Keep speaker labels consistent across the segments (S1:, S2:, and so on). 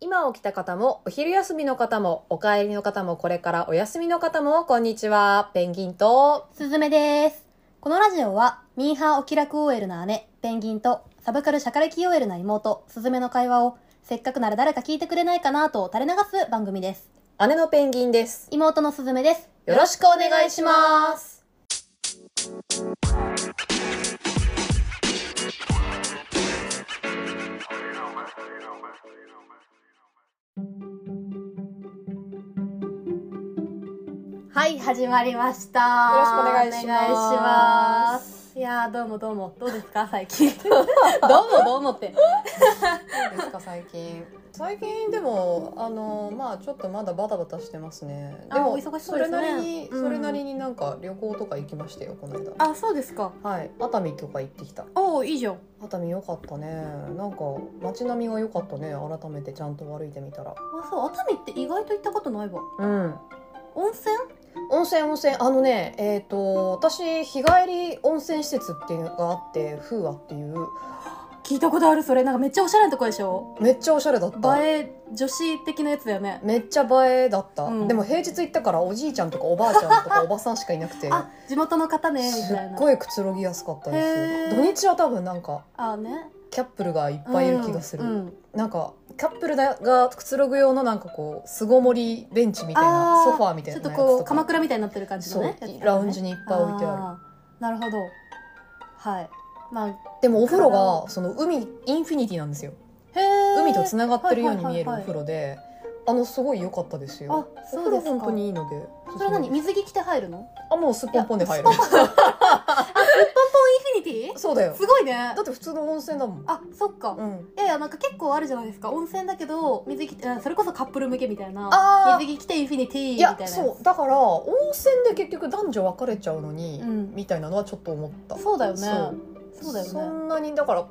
S1: 朝起きた方も、お昼休みの方も、お帰りの方も、これからお休みの方も、こんにちは。ペンギンと、
S2: すずめです。このラジオは、ミーハーお気楽 OL な姉、ペンギンと、サブカルシャカレキ OL な妹、すずめの会話を、せっかくなら誰か聞いてくれないかなと垂れ流す番組です。
S1: 姉のペンギンです。
S2: 妹のすずめです。
S1: よろしくお願いします。
S2: はい、始まりました。よ
S1: ろしくお願いします
S2: す。いやー、どうもどうも。どうですか、最 近。どうもどうもって。
S1: どうですか、最近。最近でも、あの、まあちょっとまだバタバタしてますね。
S2: あ
S1: でも、
S2: お忙しそう
S1: そ
S2: ですね
S1: れなりに、
S2: うん
S1: それなりになんか旅行とか行きましたよ、この間。
S2: あ、そうですか。
S1: はい、熱海とか行ってきた。
S2: おー、いいじゃん。
S1: 熱海良かったね。なんか街並みが良かったね。改めてちゃんと歩いてみたら。
S2: あ、そう、熱海って意外と行ったことないわ。
S1: うん。
S2: 温泉
S1: 温泉温泉あのねえっ、と私日帰り温泉施設っていうのがあって風和っていう
S2: 聞いたことある、それ。なんかめっちゃおしゃれなとこでしょ
S1: めっちゃおしゃれだった
S2: 映え女子的なやつだよね
S1: めっちゃ映えだった、
S2: うん
S1: でも平日行ったからおじいちゃんとかおばあちゃんとかおばさんしかいなくて
S2: あ地元の方ねみ
S1: す
S2: たい
S1: っ
S2: な
S1: ごいくつろぎやすかったで
S2: へ
S1: す
S2: ー
S1: よ土日は多分なんか
S2: あね
S1: キャップルがいっぱいいる気がする、
S2: うんうん
S1: なんかキャップルだがくつろぐ用のなんかこう巣ごもりベンチみたいな
S2: あー
S1: ソファーみたい
S2: ちょ
S1: な
S2: っ
S1: やつ
S2: と
S1: とか
S2: こう鎌倉みたいになってる感じ
S1: そ
S2: の
S1: う、
S2: ねやつだね
S1: ラウンジにいっぱい置いてある
S2: あーなるほどはいまあ
S1: でもお風呂がその海インフィニティなんですよ
S2: へえ
S1: 海とつながってるように見えるお
S2: はいはい
S1: 風
S2: はいはい
S1: 呂で、あのすごい良かったですよ。
S2: あ
S1: お
S2: そう
S1: 風
S2: で
S1: 呂
S2: すか
S1: 本当にいいので。
S2: それ何水着着て入るの
S1: あもうすっぽんぽんで入る
S2: い。やスポンポン あスポンポンインフィニテ
S1: そうだ
S2: ィ
S1: よ。
S2: すごいね
S1: だって普通の温泉だもん。
S2: あそっか
S1: うん。
S2: いやいやなんか結構あるじゃないですか温泉だけど水着着てうんそれこそカップル向けみたい
S1: あ
S2: な
S1: ー
S2: 水着着てインフィニティ
S1: い
S2: みたい
S1: や
S2: なやつ
S1: そうだから温泉で結局男女別れちゃうのに、
S2: うん
S1: みたいなのはちょっと思った。
S2: そうだよね
S1: そう
S2: そうだよね
S1: そんなにだから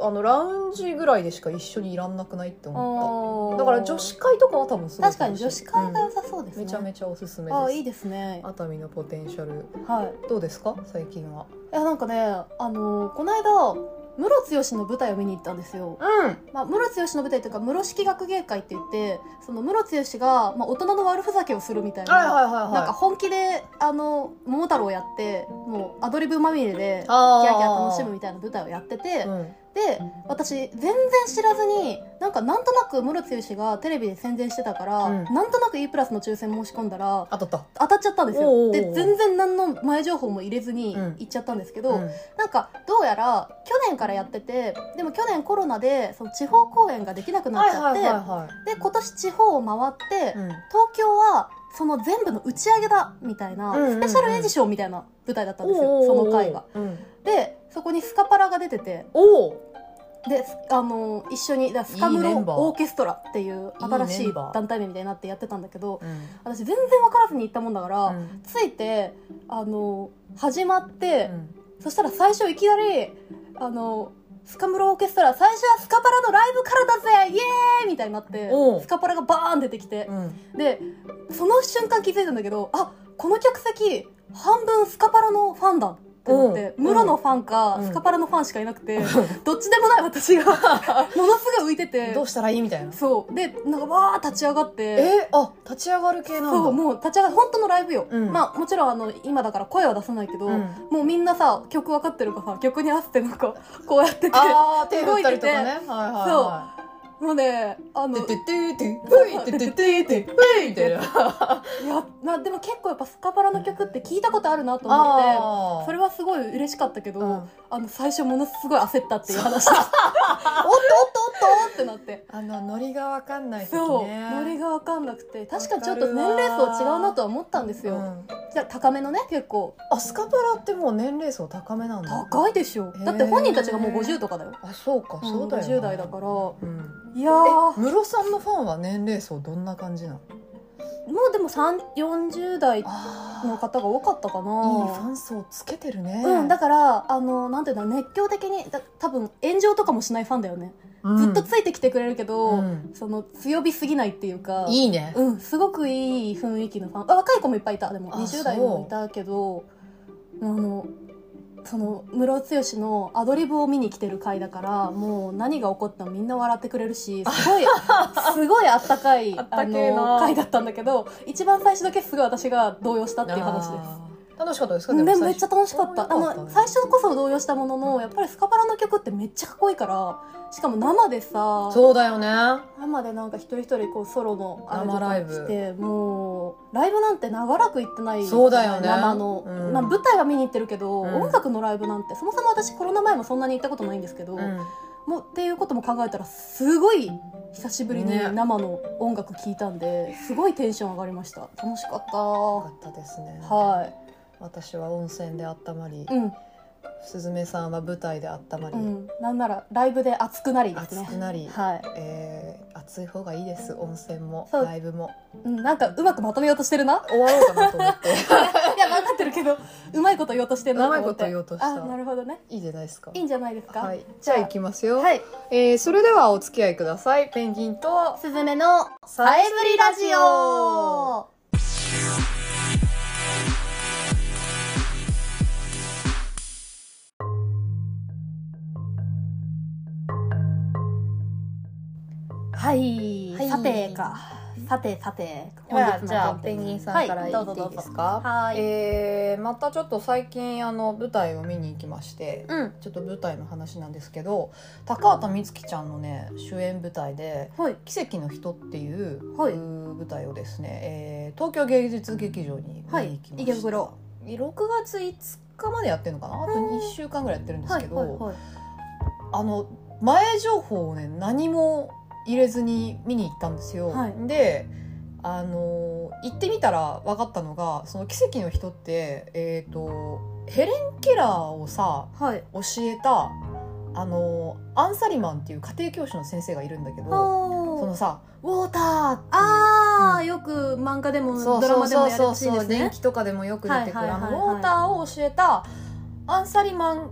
S1: あのラウンジぐらいでしか一緒にいらんなくないって思っ
S2: あ
S1: た。だ
S2: ー
S1: から女子会とかは多分すごい楽し
S2: 確
S1: い。
S2: かに女子会が良さそうで
S1: うん
S2: すね、
S1: めちゃめちゃおすすめ
S2: あーい
S1: で
S2: い
S1: す。
S2: ですね
S1: 熱海のポテンシャル
S2: はい
S1: どうですか最近は。
S2: いやなんかねあのーこの間ムロツヨシの舞台を見に行ったんですよ、
S1: うん。
S2: まあ、ムロツヨシの舞台というかムロ式学芸会って言ってそのムロツヨシが、まあ、大人の悪ふざけをするみたいな、
S1: はいはいはいはい。
S2: なんか本気であの桃太郎をやってもうアドリブまみれでキャ
S1: あー
S2: ーキャー楽しむみたいな舞台をやってて、
S1: うん、
S2: で私全然知らずになんかなんとなくムロツヨシがテレビで宣伝してたから、
S1: うん
S2: なんとなく E プラスの抽選申し込んだら
S1: 当たった。
S2: 当たっちゃったんですよ
S1: おうおうおう
S2: で全然何の前情報も入れずに
S1: うん
S2: 行っちゃったんですけど、
S1: ん
S2: なんかどうやら去年からやっててでも去年コロナでその地方公演ができなくなっちゃって、
S1: は
S2: で今年地方を回って、
S1: うん、
S2: 東京はその全部の打ち上げだみたいな、
S1: うんうんうん
S2: スペシャルエディションみたいな舞台だったんですよ、
S1: おー
S2: その回が。。
S1: うん
S2: でそこにスカパラが出てて
S1: おお。
S2: で、すあのー一緒にだスカム
S1: いい
S2: ロ
S1: メンバー
S2: オーケストラっていう新し
S1: いいメ
S2: い
S1: ンバー
S2: 団体名みたいになってやってたんだけど
S1: うん
S2: 私全然分からずに行ったもんだから、
S1: うん
S2: ついてあの始まって
S1: う、ん
S2: そしたら最初いきなりあのスカムロオーケストラ最初はスカパラのライブからだぜイエーイみたいになって
S1: おう
S2: スカパラがバーン出てきて、
S1: うん
S2: でその瞬間気づいたんだけどあこの客席半分スカパラのファンだって思って
S1: うん
S2: ムロのファンか、
S1: うん
S2: スカパラのファンしかいなくて、どっちでもない私がものすごい浮いてて
S1: どうしたらいいみたいな。
S2: そうでなんかわー立ち上がって
S1: えあ立ち上がる系なんだ。
S2: そうもう立ち上がる本当のライブよ、
S1: うん
S2: まあもちろんあの今だから声は出さないけど、
S1: うん
S2: もうみんなさ曲分かってるからさ曲に合わせてなんかこうやってて
S1: ああ手振ったりとかね。はいは
S2: もうねあの
S1: いはい。て
S2: い
S1: てててふいててててふいみたいな。
S2: やなでも結構やっぱスカパラの曲って聞いたことあるなと思って
S1: あ
S2: それ
S1: は。
S2: はすごい嬉しかったけど、
S1: うん
S2: あの最初ものすごい焦ったっていう話おっとおっとおっとってなって。
S1: あのノリがわかんない時ね。
S2: そう、ノリが分かんなくて確かにちょっと年齢層違うなとは思ったんです
S1: う
S2: よ、
S1: ん
S2: じゃあ高めのね結構
S1: あスカパラってもう年齢層高めなんだ。
S2: 高いでしょ、
S1: へー
S2: だって本人たちがもう50とかだよ
S1: あそうかそうだよね。
S2: 50代だから
S1: うん。
S2: いやーも
S1: え室さんのファンは年齢層どんな感じなの
S2: うでも3 40代
S1: あ
S2: の方が多かったか
S1: いいファ
S2: な
S1: ン層つけてるね、
S2: うん、だからあのなんていうんだ熱狂的にだ多分炎上とかもしないファンだよね、
S1: うん
S2: ずっとついてきてくれるけど、
S1: うん
S2: その強火すぎないっていうか
S1: いいね、
S2: うん、すごくいい雰囲気のファンあ若い子もいっぱいいたでも
S1: あ
S2: 20代もいたけどあのそのムロツヨシのアドリブを見に来てる回だからもう何が起こってもみんな笑ってくれるし すごいすごいあったかい
S1: あったけえな
S2: の回だったんだけど一番最初だけすごい私が動揺したっていう話です。
S1: す楽しかったですか
S2: で
S1: も
S2: も
S1: 最
S2: めっ
S1: 初
S2: ちゃ楽しかった
S1: あよか
S2: あ
S1: った
S2: の
S1: ね
S2: 最初こそ動揺したもののやっぱりスカパラの曲ってめっちゃかっこいいからしかも生でさ
S1: そうだよね
S2: 生でなんか一人一人こうソロのあれと
S1: 生ライ
S2: か
S1: ブ
S2: してもうライブなんて長らく行ってない
S1: そうだよね
S2: 生の、
S1: うん
S2: まあ、舞台は見に行ってるけど、
S1: うん
S2: 音楽のライブなんてそもそも私コロナ前もそんなに行ったことないんですけど、
S1: うん
S2: もうっていうことも考えたらすごい久しぶりに
S1: ね
S2: 生の音楽聴いたんで、すごいテンション上がりました楽しかった
S1: よか
S2: は
S1: ったですね
S2: い
S1: 私は温泉で温まり、
S2: うん
S1: すずめさんは舞台で温まり、
S2: うん、なんならライブで熱くなりです
S1: 暑く
S2: ね。
S1: なり、
S2: はい、
S1: えー暑い方がいいです温泉も
S2: そう
S1: ライブも
S2: うん、なんかうまくまとめようとしてるな。
S1: 終わろうかなと思って
S2: いや、分かってるけど、うまいこと言おうとしてるなと思
S1: うまい
S2: って。
S1: こと言おうとした
S2: あ、なるほどね。
S1: いいじゃないですか
S2: いいんじゃないですか。
S1: はい、じゃあ行きますよ、
S2: はい、
S1: えーそれではお付き合いくださいペンギンと
S2: すずめのさえぶりラジオ。はい、
S1: はい
S2: さてか、さてさて、
S1: ほらじゃあ
S2: 本日のコンテ
S1: ペ
S2: ツ
S1: ンギンさんから
S2: はい
S1: 言
S2: ど
S1: っ
S2: うぞ
S1: ていい
S2: ど
S1: うで
S2: ぞ
S1: す。か
S2: はい、
S1: えーまたちょっと最近あの舞台を見に行きまして、
S2: うん、
S1: ちょっと舞台の話なんですけど高畑充希ちゃんのね主演舞台で
S2: はい、
S1: 「奇跡の人」っていう、
S2: はいう
S1: ー舞台をですね、えー東京芸術劇場に見に行きました、
S2: はい池袋
S1: 6月5日までやってるのかなあと
S2: うん
S1: 1週間ぐらいやってるんです
S2: はい、
S1: けど、
S2: はい、
S1: あの前情報をね何も入れずに見に行ったんですよ、
S2: はい
S1: であの行ってみたら分かったのがその奇跡の人ってえっ、とヘレン・ケラーをさ
S2: はい、
S1: 教えたあのアンサリマンっていう家庭教師の先生がいるんだけどそ
S2: は
S1: のさ「ウォーター!」っていう
S2: ああ、
S1: う
S2: よく漫画でも
S1: そう
S2: ドラ
S1: そ
S2: マ
S1: うそう
S2: でもやる
S1: そう
S2: らしい
S1: そ
S2: で
S1: う
S2: すね
S1: 電。気とかでもよく出てくる、
S2: はいはいはいはい
S1: あのウォーターを教えたアンサリマン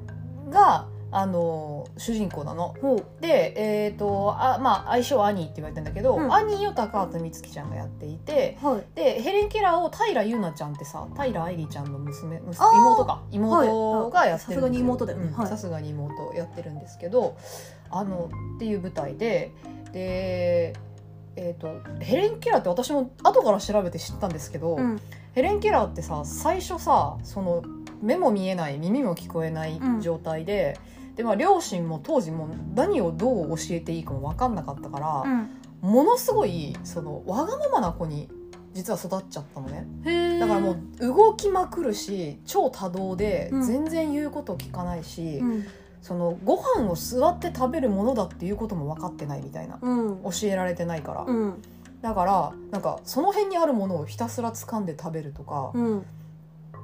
S1: があの主人公なの。
S2: ほ
S1: で、えーとあまあ、愛称はアニーって言われてんだけど、
S2: うん
S1: アニーを高畑充希ちゃんがやっていて
S2: う、はい、
S1: でヘレン・ケラーを平優奈ちゃんってさ平愛梨ちゃんの娘娘
S2: あー
S1: 妹か妹がやってるんですよ
S2: さすがに妹だよね
S1: うん
S2: はい
S1: さすがに妹やってるんですけどあのっていう舞台でで、えー、とヘレン・ケラーって私も後から調べて知ったんですけど、
S2: うん、
S1: ヘレン・ケラーってさ最初さその目も見えない耳も聞こえない状態で,、でまあ、両親も当時もう何をどう教えていいかも分かんなかったから、
S2: うん、
S1: ものすごいそのわがままな子に実は育っちゃったのね
S2: へえ。
S1: だからもう動きまくるし超多動で
S2: うん
S1: 全然言うこと聞かないし、
S2: うん、
S1: そのご飯を座って食べるものだっていうことも分かってないみたいな
S2: うん、
S1: 教えられてないから、
S2: うん、
S1: だからなんかその辺にあるものをひたすら掴んで食べるとか。
S2: うん、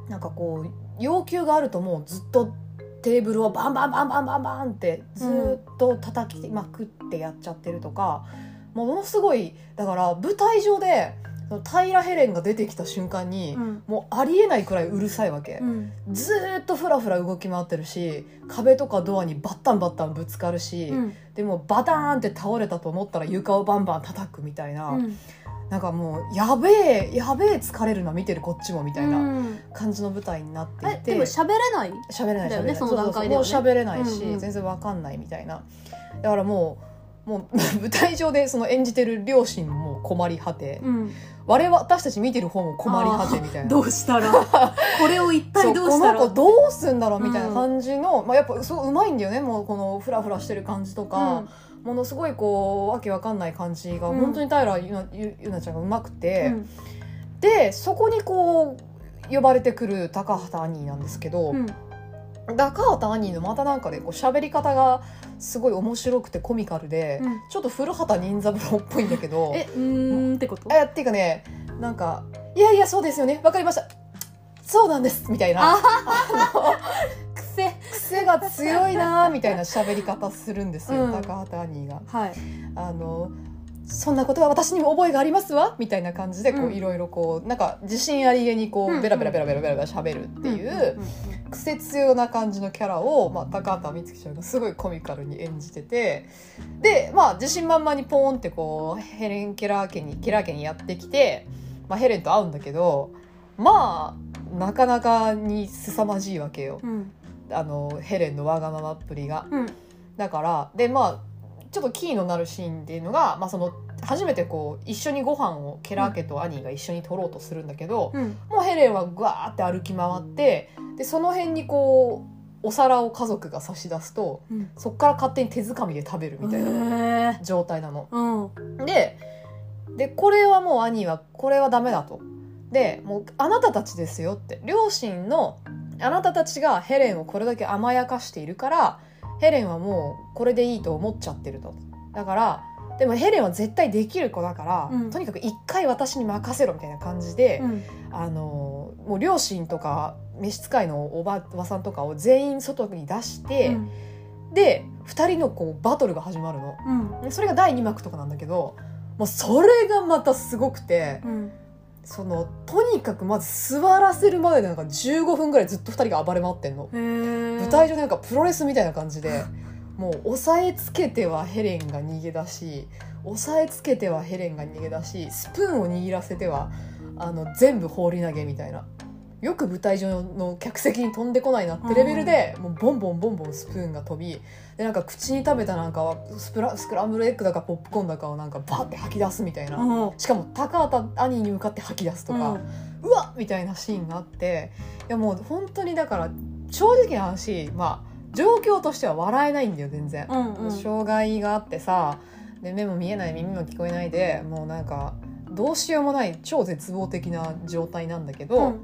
S1: なんかこう要求があるともうずっとテーブルをバンバンバンバンバンバンってずっと叩きまくってやっちゃってるとか、もうものすごいだから舞台上でその平ヘレンが出てきた瞬間に、
S2: うん、
S1: もうありえないくらいうるさいわけ、
S2: うん、
S1: ずーっとふらふら動き回ってるし壁とかドアにバッタンバッタンぶつかるし、
S2: うん、
S1: でもバターンって倒れたと思ったら床をバンバン叩くみたいな、
S2: うん、み
S1: なんかもうやべえやべえ疲れるな見てるこっちもみたいな。
S2: うん、
S1: 感じの舞台になってい
S2: え、
S1: て
S2: でも喋れない。
S1: 喋れない
S2: だ
S1: 喋れな
S2: よね
S1: い
S2: その段階ではね
S1: そうそうもう喋れないし、
S2: うんうん
S1: 全然わかんないみたいなだからもうもう 舞台上でその演じてる両親も困り果て、
S2: うん、
S1: 我々私たち見てる方も困り果てみたいな
S2: どうしたら、これを一体どうしたら。
S1: そうこの子どうすんだろうみたいな感じの、まあ、やっぱそううまいんだよねもうこのフラフラしてる感じとか、ものすごいこうわけわかんない感じが、
S2: うん
S1: 本当に平ゆなゆゆなちゃんがうまくて、
S2: うん、
S1: でそこにこう呼ばれてくる高畑兄なんですけど、
S2: うん、
S1: 高畑兄のまたなんかでこう喋り方がすごい面白くてコミカルで、
S2: うん
S1: ちょっと古畑任三郎っぽいんだけど
S2: え、うーんってこと。
S1: えっていうかねなんか「いやいやそうですよねわかりましたそうなんです」みたいな
S2: あくせ。
S1: 癖が強いなーみたいな喋り方するんですよ、
S2: うん
S1: 高畑兄が。
S2: はい。
S1: あのそんなことは私にも覚えがありますわみたいな感じでこ
S2: う
S1: うんいろいろこうなんか自信ありげにこ
S2: うん
S1: うベラベラベラベラベラベラ喋るっていう、癖強な感じのキャラを、まあ、高畑充希ちゃんがすごいコミカルに演じててで、まあ、自信満々にポーンってこうヘレン・ケラー家にケラー家にやってきて、まあ、ヘレンと会うんだけどまあなかなかに凄まじいわけよ
S2: うん、うん、
S1: あのヘレンのわがままっぷりが。
S2: うん
S1: だからでまあちょっとキーのなるシーンっていうのが、まあ、その初めてこう一緒にご飯をケラー家とアニーが一緒に撮ろうとするんだけど、
S2: うん
S1: もうヘレンはぐわーって歩き回ってでその辺にこうお皿を家族が差し出すと
S2: うん
S1: そっから勝手に手づかみで食べるみたいな
S2: へー
S1: 状態なの。
S2: うん
S1: ででこれはもう兄はこれはダメだと。でもうあなたたちですよって両親のあなたたちがヘレンをこれだけ甘やかしているからヘレンはもうこれでいいと思っちゃってると。だからでもヘレンは絶対できる子だから、
S2: うん
S1: とにかく一回私に任せろみたいな感じで、
S2: うん
S1: あのもう両親とか召使いのおばおばさんとかを全員外に出して、
S2: うん
S1: で2人のこうバトルが始まるの。
S2: うん
S1: それが第2幕とかなんだけどもうそれがまたすごくて
S2: うん
S1: そのとにかくまず座らせるまでなんか15分ぐらいずっと2人が暴れ回ってんの
S2: へー
S1: 舞台上でなんかプロレスみたいな感じでもう押さえつけてはヘレンが逃げ出し押さえつけてはヘレンが逃げ出しスプーンを握らせてはあの全部放り投げみたいな。よく舞台上の客席に飛んでこないなってレベルで、もうボンボンボンボンスプーンが飛びでなんか口に食べたなんかはスプラスクランブルエッグだかポップコーンだかをなんかバーって吐き出すみたいな、
S2: うん
S1: しかも高畑兄に向かって吐き出すとか、
S2: うん
S1: うわっみたいなシーンがあっていやもう本当にだから正直な話まあ状況としては笑えないんだよ全然、
S2: うんうん
S1: 障害があってさで目も見えない耳も聞こえないでもうなんかどうしようもない超絶望的な状態なんだけど、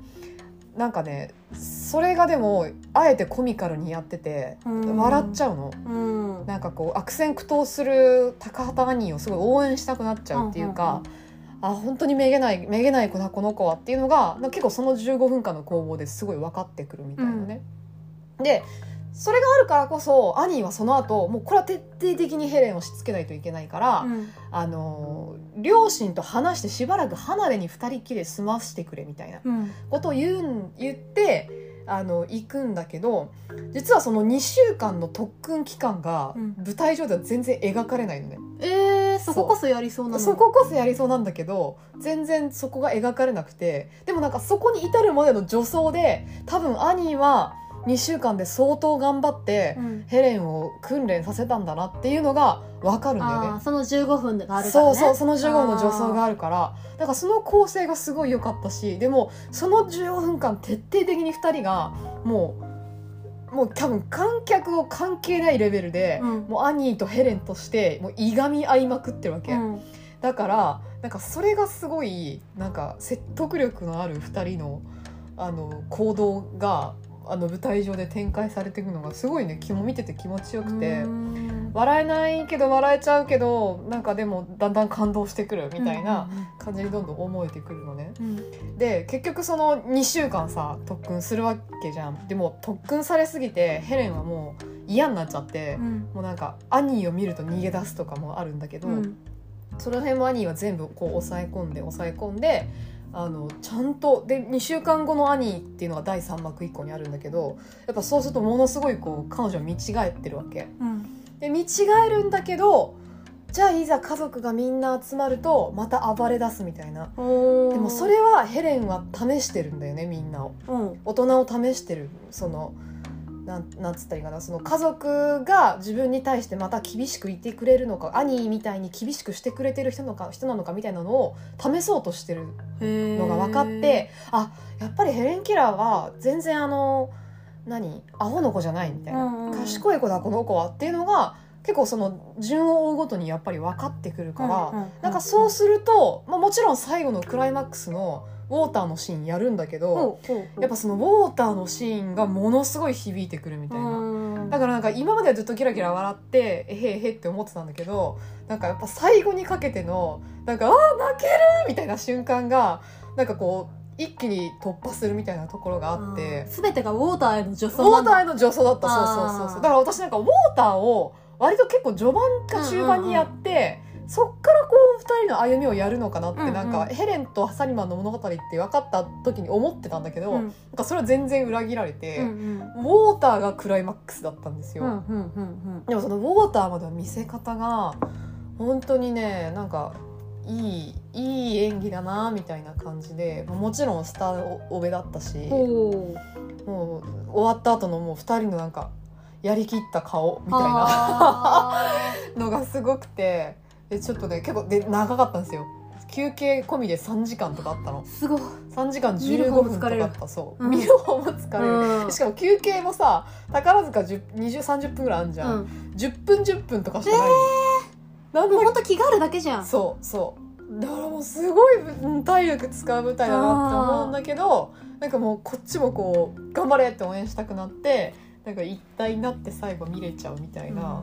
S1: なんかねそれがでもあえてコミカルにやってて
S2: うん
S1: 笑っちゃうの。
S2: うん
S1: なんかこう悪戦苦闘する高畑兄をすごい応援したくなっちゃうっていうか、あ本当にめげないめげない子だこの子はっていうのがなんか結構その15分間の攻防ですごい分かってくるみたいなね。でそれがあるからこそ兄はその後もうこれは徹底的にヘレンをしつけないといけないから、
S2: うん
S1: あのー両親と話してしばらく離れに2人きりで済ませてくれみたいな
S2: うん
S1: ことを言うん言ってあの行くんだけど実はその2週間の特訓期間が
S2: うん
S1: 舞台上では全然描かれないのね、
S2: えーそここそやりそうなの
S1: そここそやりそうなんだけど全然そこが描かれなくてでもなんかそこに至るまでの助走で多分アニーは2週間で相当頑張って、
S2: うん
S1: ヘレンを訓練させたんだなっていうのが分かるんだよね
S2: あー。その15分があるか
S1: そ
S2: らね
S1: うそうその15分の助走があるからだからその構成がすごい良かったしでもその15分間徹底的に2人がもうもう多分観客を関係ないレベルで、
S2: うん
S1: もうアニーとヘレンとしてもういがみ合いまくってるわけ、
S2: うん
S1: だからなんかそれがすごいなんか説得力のある2人のあの行動があの舞台上で展開されていくのがすごいね気も見てて気持ちよくて。
S2: うん
S1: 笑えないけど笑えちゃうけどなんかでもだんだん感動してくるみたいな感じにどんどん思えてくるのね。
S2: うん
S1: で結局その2週間さ特訓するわけじゃん。でも特訓されすぎてヘレンはもう嫌になっちゃって、
S2: うん
S1: もうなんかアニーを見ると逃げ出すとかもあるんだけど、
S2: うん
S1: その辺もアニーは全部こう抑え込んで抑え込んで。あのちゃんとで2週間後のアニーっていうのが第3幕以降にあるんだけどやっぱそうするとものすごいこう彼女は見違えてるわけ、
S2: うん
S1: で見違えるんだけどじゃあいざ家族がみんな集まるとまた暴れ出すみたいな
S2: おー
S1: でもそれはヘレンは試してるんだよねみんなを
S2: うん
S1: 大人を試してるそのなんなんつったらいいかなその家族が自分に対してまた厳しくいてくれるのか兄みたいに厳しくしてくれてる人のか人なのかみたいなのを試そうとしてるのが分かってあやっぱりヘレン・キラーは全然あの何アホの子じゃないみたいな、
S2: うんうんうん
S1: 賢い子だこの子はっていうのが結構その順を追うごとにやっぱり分かってくるから、
S2: うんうん
S1: なんかそうすると、まあ、もちろん最後のクライマックスのウォーターのシーンやるんだけど、
S2: ほうほうほう
S1: やっぱそのウォーターのシーンがものすごい響いてくるみたいな。
S2: うん
S1: だからなんか今まではずっとキラキラ笑ってえへえへって思ってたんだけどなんかやっぱ最後にかけてのなんかあー泣けるみたいな瞬間がなんかこう一気に突破するみたいなところがあって
S2: ー全てがウォーターへの助
S1: ウ
S2: 走
S1: ォーター
S2: ー
S1: への助走だったそうそうそうそう
S2: あー
S1: だから私なんかウォーターを割と結構序盤か中盤にやって、そっからこう二人の歩みをやるのかなって、
S2: うんうん
S1: なんかヘレンとハサリマンの物語って分かった時に思ってたんだけど、
S2: うん
S1: なんかそれは全然裏切られて、
S2: うん
S1: ウォーターがクライマックスだったんです
S2: う
S1: よ。
S2: んうんうん
S1: でもそのウォーターまでの見せ方が本当にねなんかいいいい演技だなみたいな感じでもちろんスターオベだったし
S2: うんほう
S1: もう終わった後のもう2人のなんかやりきった顔みたいな
S2: あー
S1: のがすごくてでちょっとね結構で長かったんですよ休憩込みで3時間とかあったの
S2: すごい、
S1: 3時間
S2: 見る
S1: 15
S2: 方も
S1: 分と
S2: 疲
S1: か
S2: れる
S1: あったそう、
S2: うん
S1: 見る方も疲れる、
S2: うん
S1: しかも休憩もさ宝塚2030分ぐらいあんじゃん、
S2: うん
S1: 10分10分とかしかない、なん
S2: もう
S1: だ
S2: ほんと気があるだけじゃん
S1: そうそうだからもうすごいうん体力使う舞台だなって思うんだけどなんかもうこっちもこう頑張れって応援したくなってなんか一体になって最後見れちゃうみたいな、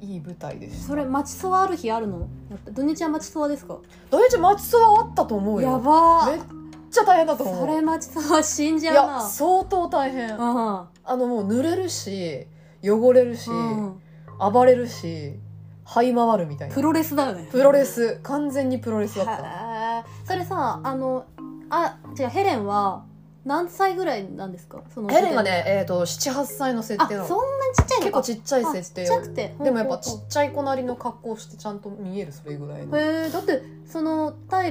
S1: いい舞台でした
S2: それ待ちそわある日あるのやっぱ土日は待ちそわですか
S1: 大地松ツはあったと思うよ
S2: やば
S1: め
S2: ー
S1: っちゃ大変だと思
S2: そうれ待ちそわ死んじ
S1: い
S2: ゃう
S1: や
S2: な
S1: 相当大変あ
S2: う
S1: のもう濡れるし汚れるし、
S2: んうん
S1: 暴れるし這い回るみたいな
S2: プロレスだよね
S1: プロレス完全にプロレスだった
S2: へーそれさあのあ違うヘレンは何歳ぐらいなんですかその
S1: ヘレンがね、えー、と78歳の設
S2: あそ
S1: 定
S2: ん
S1: な
S2: な
S1: の
S2: ちっちゃい
S1: 結
S2: のか
S1: 構ちっちゃい設定
S2: あちっちゃくて
S1: でもやっぱち
S2: ほんと
S1: っちゃい子なりの格好してちゃんと見えるそれぐらい
S2: ほんと
S1: の
S2: へえだってその平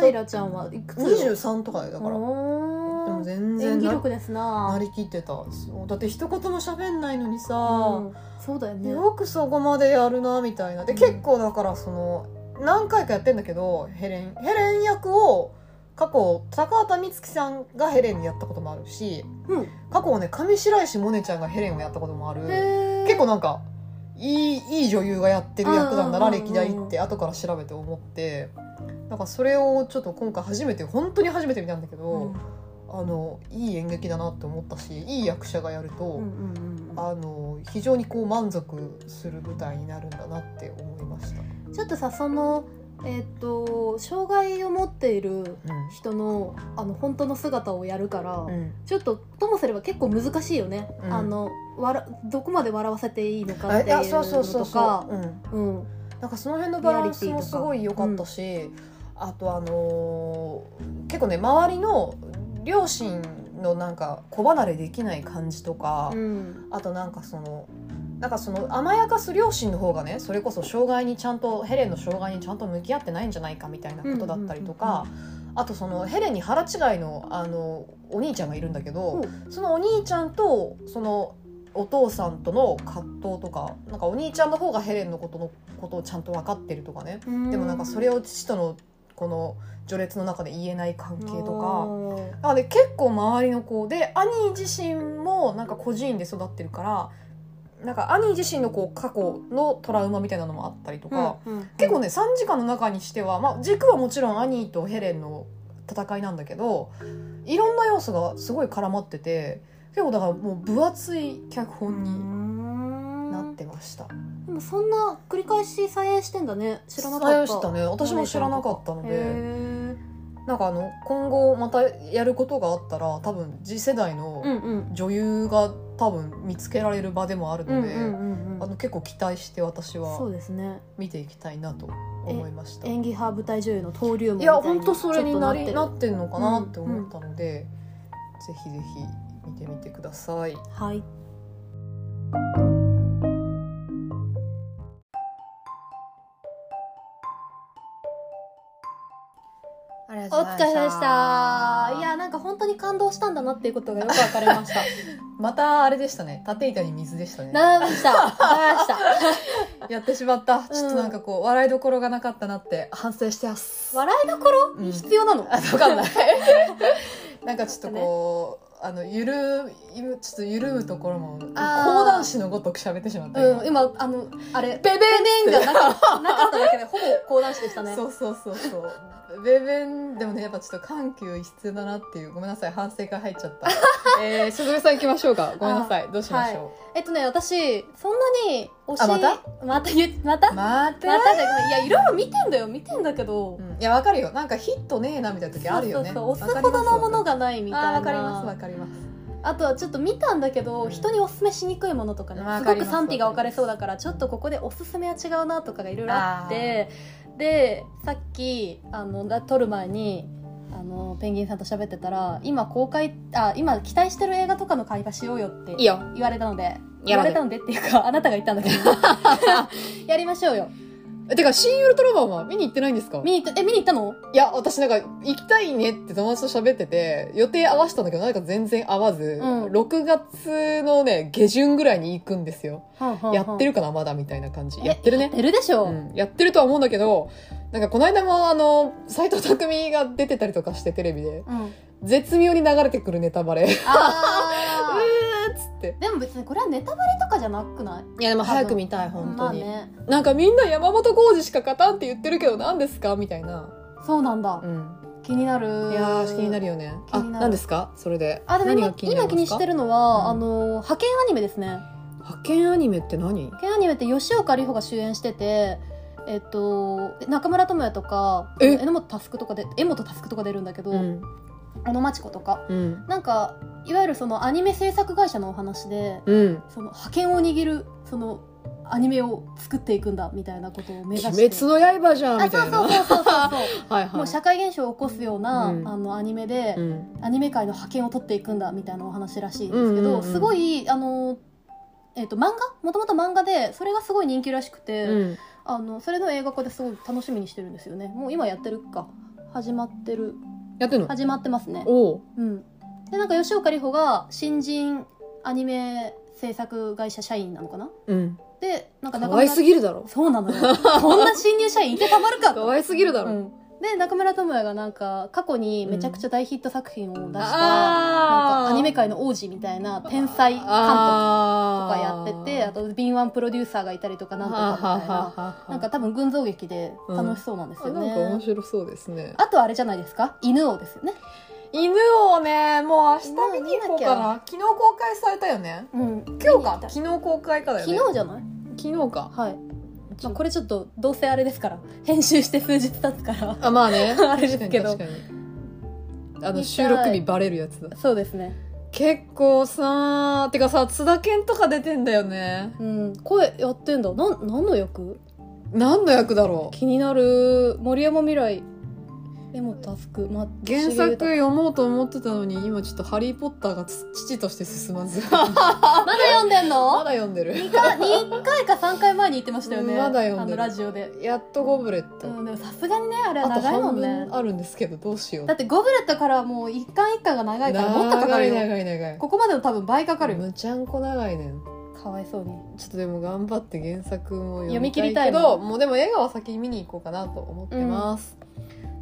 S2: 平ちゃんはいくつ
S1: 23とかだよだからでも
S2: おー
S1: 全
S2: 演
S1: 然
S2: 技
S1: な
S2: 力ですな
S1: なりきってたそうだって一言も喋んないのにさ、
S2: うんそうだよね
S1: よくそこまでやるなみたいなで
S2: うん
S1: 結構だからその何回かやってんだけどヘレンヘレン役を過去高畑充希さんがヘレンにやったこともあるし
S2: うん
S1: 過去ね上白石萌音ちゃんがヘレンをやったこともある
S2: へー
S1: 結構なんかいいいい女優がやってる役なんだ
S2: う
S1: なん
S2: うんうんうん
S1: 歴代って後から調べて思ってだからそれをちょっと今回初めて本当に初めて見たんだけ
S2: う
S1: ど、
S2: ん
S1: あのいい演劇だなって思ったしいい役者がやると。
S2: うんうんうんうん
S1: あの非常にこう満足する舞台になるんだなって思いました。
S2: ちょっとさそのえっと障害を持っている人のあの本当の姿をやるから、ちょっとともすれば結構難しいよね、
S1: うん
S2: あのわらどこまで笑わせていいのか
S1: あ
S2: っ
S1: い
S2: ていう
S1: や
S2: の
S1: そうそうそう
S2: とか
S1: そう、うん、
S2: うん
S1: なんかその辺のバランスもすごい良かったし、あとあのー結構ね周りの両親のなんか子離れできない感じとか、
S2: うん
S1: あとなんかそのなんかその甘やかす両親の方がねそれこそ障害にちゃんとヘレンの障害にちゃんと向き合ってないんじゃないかみたいなことだったりとか、あとそのヘレンに腹違いのあのお兄ちゃんがいるんだけど、そのお兄ちゃんとそのお父さんとの葛藤とかなんかお兄ちゃんの方がヘレンのことのことをちゃんと分かってるとかねでもなんかそれ
S2: を
S1: を父とのこの序列の中で言えない関係とか。
S2: か
S1: あで結構周りの子で兄自身もなんか孤児院で育ってるからなんか兄自身のこう過去のトラウマみたいなのもあったりとか、結構
S2: ね
S1: ね3時間の中にしては、まあ、軸はもちろん兄とヘレンの戦いなんだけどいろんな要素がすごい絡まってて結構だからもう分厚い脚本になってました。
S2: でもそんな繰り返し再演してんだね知らなかった
S1: 伝えしたね私も知らなかったの
S2: へ
S1: で
S2: ー
S1: なんかあの今後またやることがあったら多分次世代の、
S2: うんうん
S1: 女優が多分見つけられる場でもある
S2: うん
S1: の
S2: うん
S1: で、
S2: うんう
S1: あ
S2: ん
S1: の結構期待して私
S2: そう
S1: は
S2: ですね
S1: 見ていきたいなと思いました。い
S2: 演技派舞台女優の登竜門みた
S1: や
S2: いに
S1: 本当それにな
S2: ちょ
S1: り
S2: っと
S1: な
S2: って
S1: ってんのかなって思ったので、ぜひぜひ見てみてください。
S2: るはい
S1: お疲れ
S2: お疲れ様でした。いや、なんか本当に感動したんだなっていうことがよくわかり ました。
S1: またあれでしたね縦板に水でしたね
S2: なりました。なりました。
S1: やってしまったちょっとなんかこう、笑いどころがなかったなって反省してます。
S2: 笑いどころ
S1: うん
S2: 必要なの、
S1: あ わかんないなんかちょっとこう、あのゆるゆちょっと緩むところも講
S2: あー
S1: 談師のごとく喋ってしまった今
S2: うん、今、あの、あれ、
S1: ベベ
S2: ペンがなかったなかっただけで、ほぼ講談師でしたね。
S1: そうそうそうそうベベンでもねやっぱちょっと緩急必要だなっていうごめんなさい反省が入っちゃ ったえー、鈴木さん行きましょうかごめんなさいどうしましょ
S2: えっとね、私、そんなに推し、
S1: あまた
S2: また言うまた
S1: う、
S2: ま
S1: ま
S2: た
S1: た、
S2: だけどいや、いろいろ見てんだよ、見てんだけど
S1: う。ん、いやわかるよなんかヒットねえなみたいな時あるよね
S2: そうそうそ
S1: わか
S2: う、押す
S1: ります
S2: ほどのものがないみたいな。
S1: わかりますわかりますわかります
S2: あとはちょっと見たんだけど、
S1: うん
S2: 人におすすめしにくいものとかね
S1: わ
S2: す
S1: か
S2: ご
S1: り
S2: く
S1: ます
S2: 賛否が分かれそうだからちょっとここでおすすめは違うなとかがいろいろあってでさっきあのだ撮る前にあのペンギンさんと喋ってたら今公開あ今期待してる映画とかの会話しようよって
S1: いいよ
S2: 言われたので
S1: やろうよ
S2: 言われたのでっていうかあなたが言ったんだけどやりましょうよ。
S1: えてか、新ウルトラマンは見に行ってないんですか
S2: 見に行ったえ見に行ったの
S1: いや、私なんか、行きたいねって友達と喋ってて、予定合わせたんだけど、なんか全然合わず、
S2: うん
S1: 6月のね、下旬ぐらいに行くんですよ。やって
S2: る
S1: るかな、まだみたいな感じ。やってる
S2: や
S1: ね
S2: っ。てるでしょ、
S1: うん、やってるとは思うんだけど、なんかこの間もあの、斎藤匠が出てたりとかしてテレビで、
S2: うん
S1: 絶妙に流れてくるネタバレ。うーっ
S2: あ
S1: つって。
S2: ーでも別にこれはネタバレとかじゃなくない
S1: いやでも
S2: 多分
S1: 早く見たい、本当に。
S2: まあね
S1: なんかみんな山本浩二しか勝たんって言ってるけど何ですかみたいな。
S2: そうなんだ、
S1: うん。
S2: 気になる
S1: いやー、気になるよね。
S2: 気
S1: あ、
S2: になる
S1: 何ですかそれで。
S2: あでも
S1: 何
S2: 今
S1: が
S2: 今気にして
S1: る。
S2: るのは、
S1: うん
S2: あの派遣アニメですね
S1: 派遣アニメって何
S2: 派遣アニメって吉岡里帆が主演しててえっと中村倫也とか
S1: え
S2: 榎本佑とかで榎本佑とか出るんだけど、
S1: うん。
S2: 小野真知子とか
S1: うん。
S2: なんかいわゆるそのアニメ制作会社のお話で
S1: うん。
S2: その派遣を握るそのアニメを作っていくんだみたいなことを目指
S1: 鬼
S2: して
S1: 滅の刃じゃん
S2: あ
S1: み
S2: そ
S1: た
S2: う
S1: いな。
S2: そうそうそうそうそう
S1: はいはい。
S2: もう社会現象を起こすような、
S1: うん
S2: あのアニメで、
S1: うん。
S2: アニメ界の覇権を取っていくんだみたいなお話らしいんですけ
S1: う
S2: ど、
S1: んうんうん
S2: すごいあの、えっと漫画もともと漫画でそれがすごい人気らしくて、
S1: うん。
S2: あのそれの映画化ですごい楽しみにしてるんですよねもう今やってるか始まってる
S1: やってんの
S2: 始まってますね、
S1: おう。
S2: うん、でなんか吉岡里帆が新人アニメ制作会社社員なのかな
S1: うん。
S2: でなんか
S1: か
S2: 中
S1: わい
S2: 村
S1: すぎるだろ。
S2: そうな のよこんな新入社員いてたまるか
S1: かわいすぎるだ
S2: う
S1: ろ。
S2: ん、で中村倫也がなんか過去にめちゃくちゃ大ヒット作品を出した、なん
S1: あ
S2: かアニメ界の王子みたいな天才監督とかやっててあ
S1: と
S2: と敏腕プロデューサーがいたりとかなんとかみたいななんか多分群像劇で楽しそうなんですよね、
S1: なんか面白そうですね。
S2: あとあれじゃないですか犬王ですよね、
S1: 犬をね、もう明日見に行こうか
S2: 犬を
S1: な。昨日公開されたよね。
S2: うん、
S1: 今日か。昨日公開かだよね。
S2: 昨日じゃない
S1: 昨日か。
S2: はい、まあ、これちょっとどうせあれですから 編集して数日経つから
S1: あ、まあね。
S2: あれですけど
S1: 確かに確かにあ
S2: 見た
S1: の
S2: い
S1: 収録日バレるやつだ。
S2: そうですね
S1: 結構さ、てかさ、津田健とか出てんだよね。
S2: うん声やってんだなん何の役
S1: 何の役だろう。
S2: 気になる森山未来柄本佑、ま、
S1: 原作読もうと思ってたのに、今ちょっとハリーポッターがつ父として進ま ず。
S2: まだ読んでん
S1: ま
S2: の
S1: だ読んでる。
S2: 2回 ?2 回か3回前に言ってましたよね。
S1: うんまだ読んでる
S2: あのラジオで。
S1: やっとゴブレッ
S2: う
S1: ト。
S2: ん、でもさすがにね、あれ
S1: あ
S2: は
S1: と
S2: 長いも
S1: 半
S2: んね
S1: 分。あるんですけど、どうしよう
S2: だ。ってゴブレットからもう1巻1巻が長いからもっとかか
S1: 長い
S2: るよ。
S1: 長い長い
S2: ここまでの多分倍かかるよ。
S1: むちゃんこ長いねん
S2: かわいそうに。
S1: ちょっとでも頑張って原作も
S2: 読
S1: 読
S2: み
S1: み
S2: 切
S1: 切
S2: り
S1: り
S2: た
S1: た
S2: い
S1: いけ
S2: な
S1: どもうでも映画は先に見に行こうかなと思ってます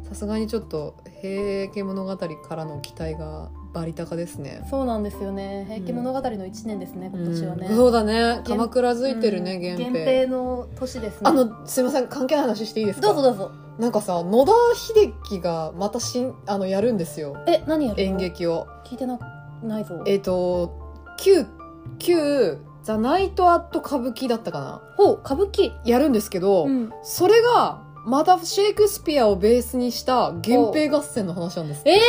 S1: さすがにちょっと「平家物語」からの期待がバリ高ですね
S2: そうなんですよね。平家物語の1年ですね、今年はね。
S1: うんそうだね
S2: 源
S1: 鎌倉づいてるね、源平
S2: 源平の年ですね。
S1: あ、のすいません関係ない話していいですか
S2: どうぞどうぞ。
S1: なんかさ野田秀樹がまたしんあのやるんですよ
S2: え、何やるの
S1: 演。劇を
S2: 聞いてなないぞ。
S1: えっ、と旧旧ザ・ナイト・アット歌舞伎だったかな
S2: ほう、歌舞伎。
S1: やるんですけど、
S2: うん。
S1: それがまたシェイクスピアをベースにした源平合戦の話なんです
S2: ええ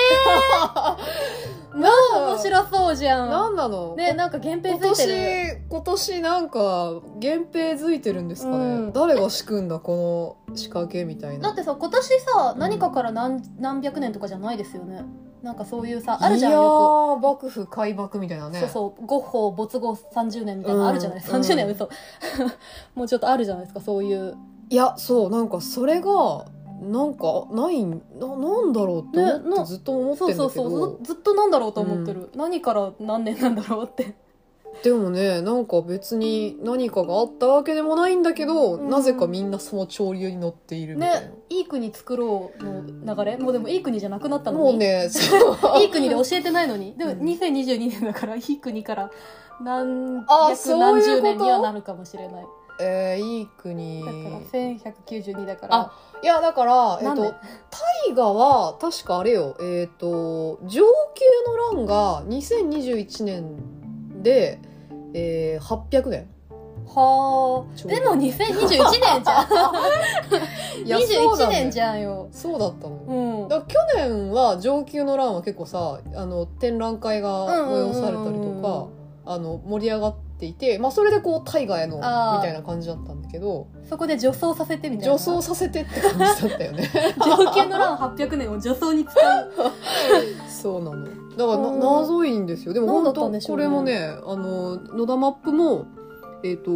S1: なん
S2: 面白そうじゃん。
S1: なんなの
S2: ね、
S1: こ
S2: なんか源
S1: 今
S2: 平ついてる。
S1: 年今年なんか源平づいてるんですかね、
S2: うん
S1: 誰が仕組んだこの仕掛けみたい
S2: だ
S1: な
S2: ってさ、今年さ、
S1: うん
S2: 何かから何何百年とかじゃないですよね。なんかそういうさ、あるじゃん
S1: いや
S2: よ
S1: ー幕府開幕みたいな
S2: く。
S1: ね
S2: そうそう、ゴッホ没後30年みたいなのあるじゃない、
S1: うん
S2: 30年
S1: う
S2: は
S1: ん
S2: 嘘。 もうちょっとあるじゃないですか、そういう。
S1: いやそうなんかそれがなんかないななんだろうって思
S2: ね
S1: っ
S2: な
S1: てずっと思って
S2: そ
S1: ん
S2: う
S1: だけ
S2: そ
S1: ど
S2: うそう、ずずっとなんだろうと思ってる。何から何年なんだろうって。
S1: でもねなんか別に何かがあったわけでもないんだけど、
S2: うん
S1: なぜかみんなその潮流に乗っているみたい
S2: ね、いい国作ろうの流れもうでもいい国じゃなくなった
S1: な、
S2: のに。
S1: もうねそう
S2: いい国で教えてないのに。でも
S1: うん
S2: 2022年だから、いい国から何
S1: あ
S2: 百
S1: そうい
S2: 何
S1: う
S2: 十
S1: こと
S2: 年にはなるかもしれない。
S1: えー、いい国
S2: だから1192だから。
S1: あいやだから、え
S2: な
S1: っ
S2: んで
S1: と大河は確かあれよえっ、と上級の乱が2021年で、えー、800年
S2: はあ。でも2021年じゃん。
S1: いやそう
S2: 21
S1: だね
S2: 年じゃんよ。
S1: そうだったのよ、
S2: うん。
S1: だから去年は上級の乱は結構さあの展覧会が催されたり
S2: うんうん
S1: と
S2: うん
S1: かあの盛り上がっていて、まあ、それでこう大河へのみ
S2: あー
S1: たいな感じだったんだけど
S2: そこで女装させてみたいな。
S1: 女装させてって感じだったよ ね
S2: 上級の乱800年を 女装に使う。
S1: そうなのだから
S2: うん
S1: な謎いんですよでも
S2: なんだ
S1: 本
S2: ったん
S1: 当、
S2: でしょ
S1: こ
S2: うね
S1: れもねあの野田マップもえっ、と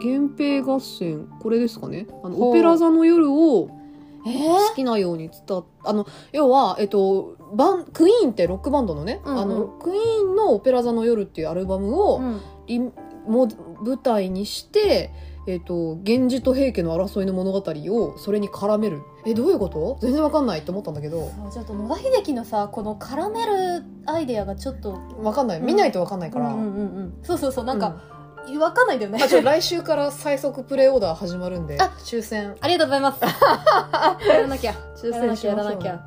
S1: 源平合戦これですかねあの
S2: ほう
S1: オペラ座の夜を
S2: え
S1: 好きなように伝っあの要は、えっと、バンクイーンってロックバンドのね、
S2: うんうん
S1: あのクイーンの「オペラ座の夜」っていうアルバムを、
S2: うん、
S1: リも舞台にして、えっと、源氏と平家の争いの物語をそれに絡めるえどういうこと全然わかんないって思ったんだけど
S2: そうちょっと野田秀樹のさこの絡めるアイデアがちょっと
S1: わかんない
S2: うん
S1: 見ないとわかんないから、
S2: うんうんうんそうそうそうなん
S1: う
S2: か、わかんないんだよね
S1: あちょっと来週から最速プレイオーダー始まるんで
S2: あ
S1: 抽選
S2: ありがとうございます。 やらなきゃ。
S1: 抽
S2: やらなきゃやらな
S1: しま
S2: き
S1: しょ
S2: ゃ
S1: う。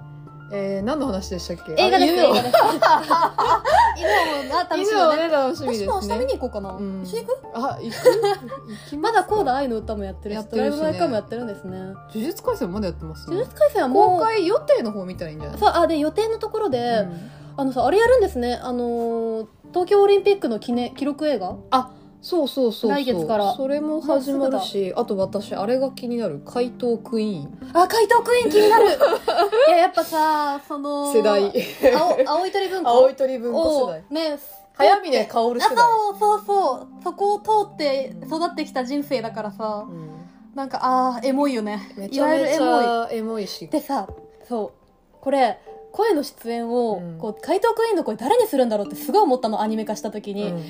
S1: えー、何の話でしたっけ
S2: 映画です。
S1: あ
S2: 映
S1: 夢を
S2: 画です。犬を
S1: 夢を
S2: が楽しいよ
S1: ね
S2: ね。
S1: 楽しみです
S2: 私
S1: ね
S2: も明日見に行こうかな。
S1: うん
S2: 一緒に行く
S1: あ行く行きま
S2: ま
S1: す
S2: だコーダ愛の歌もやってる
S1: やっ
S2: し、
S1: て
S2: ド
S1: るし
S2: ラ
S1: ね
S2: イブ・マイ・カーもやってるんですね。
S1: 呪術廻戦まだやってます
S2: 呪
S1: ね
S2: 術廻戦はもう
S1: 公、開予定の方見たらいいんじゃない
S2: そう、あ、で、予定のところで、
S1: うん
S2: あのさ、あれやるんですね。あのー、東京オリンピックの記念、記録映画
S1: そうそうそうそう
S2: 来月から
S1: それも始まるしあと私あれが気になる怪盗クイーン
S2: あ、怪盗クイーン気になる いや、やっぱさ、その、
S1: 世代
S2: 青、青い鳥文 庫
S1: 青い鳥文庫
S2: を
S1: 世代
S2: ね、
S1: 早峰薫世代
S2: あそうそうそうそこを通って育ってきた人生だからさ
S1: うん
S2: なんかあーエモいよね
S1: め
S2: い
S1: ちゃ
S2: わゆ
S1: めち
S2: るエモ
S1: ゃエモいし
S2: いでさそうこれ声の出演を、
S1: うん
S2: こう怪盗クイーンの声誰にするんだろうってすごい思ったのアニメ化した時に、
S1: うん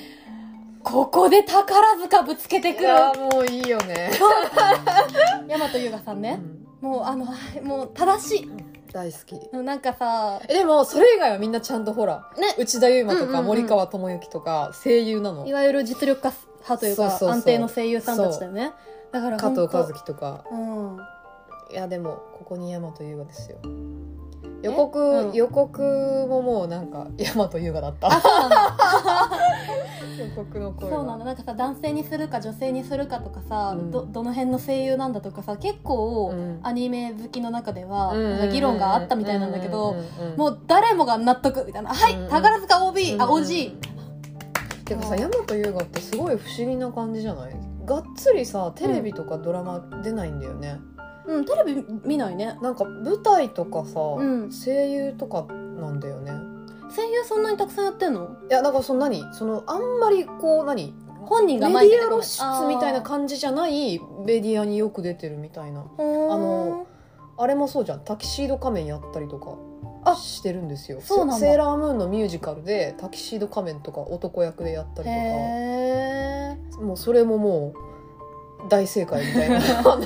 S2: ここで宝塚ぶつけて
S1: い
S2: くる
S1: やもういいよね
S2: 大和優雅さんね、
S1: うん
S2: もうあのあもう正しい
S1: 大好き
S2: なんかさ
S1: えでもそれ以外はみんなちゃんとほら
S2: ね
S1: 内田悠馬
S2: う
S1: と
S2: んうんう
S1: か
S2: ん
S1: 森川智之とか声優なの
S2: いわゆる実力派というか
S1: そうそうそう
S2: 安定の声優さんたちだよねだから
S1: 加
S2: 本
S1: 藤
S2: 当
S1: 和樹とか
S2: うん
S1: いやでもここに大和優雅ですよ予告、
S2: うん
S1: 予告ももうなんか大和優雅だった
S2: そうなんだ
S1: 予告の声が
S2: そうなんだなんかさ男性にするか女性にするかとかさ、
S1: うん
S2: どどの辺の声優なんだとかさ結構、
S1: うん
S2: アニメ好きの中では、
S1: うんうんうん
S2: なんか議論があったみたいなんだけど、
S1: うんうんうん
S2: もう誰もが納得みたいな「はい、
S1: うんうん
S2: 宝塚 OB、あ
S1: うんうん
S2: OG
S1: てかさ大和優雅ってすごい不思議な感じじゃないがっつりさテレビとかドラマ出ないんだよね、」
S2: うんテレビ見ないね
S1: なんか舞台とかさ、
S2: うん
S1: 声優とかなんだよね
S2: 声優そんなにたくさんやってんの
S1: いやだからその何そのあんまりこう何
S2: 本
S1: メデ
S2: 人が
S1: ィ
S2: 前に出て
S1: ア
S2: こない
S1: 露出みたいな感じじゃないメディアによく出てるみたいな
S2: あー
S1: あのあれもそうじゃんタキシード仮面やったりとか
S2: あ
S1: してるんですよ
S2: そうなんだ
S1: セーラームーンのミュージカルでタキシード仮面とか男役でやったりと
S2: へ
S1: かもうそれももう大正解みたいなあの
S2: ー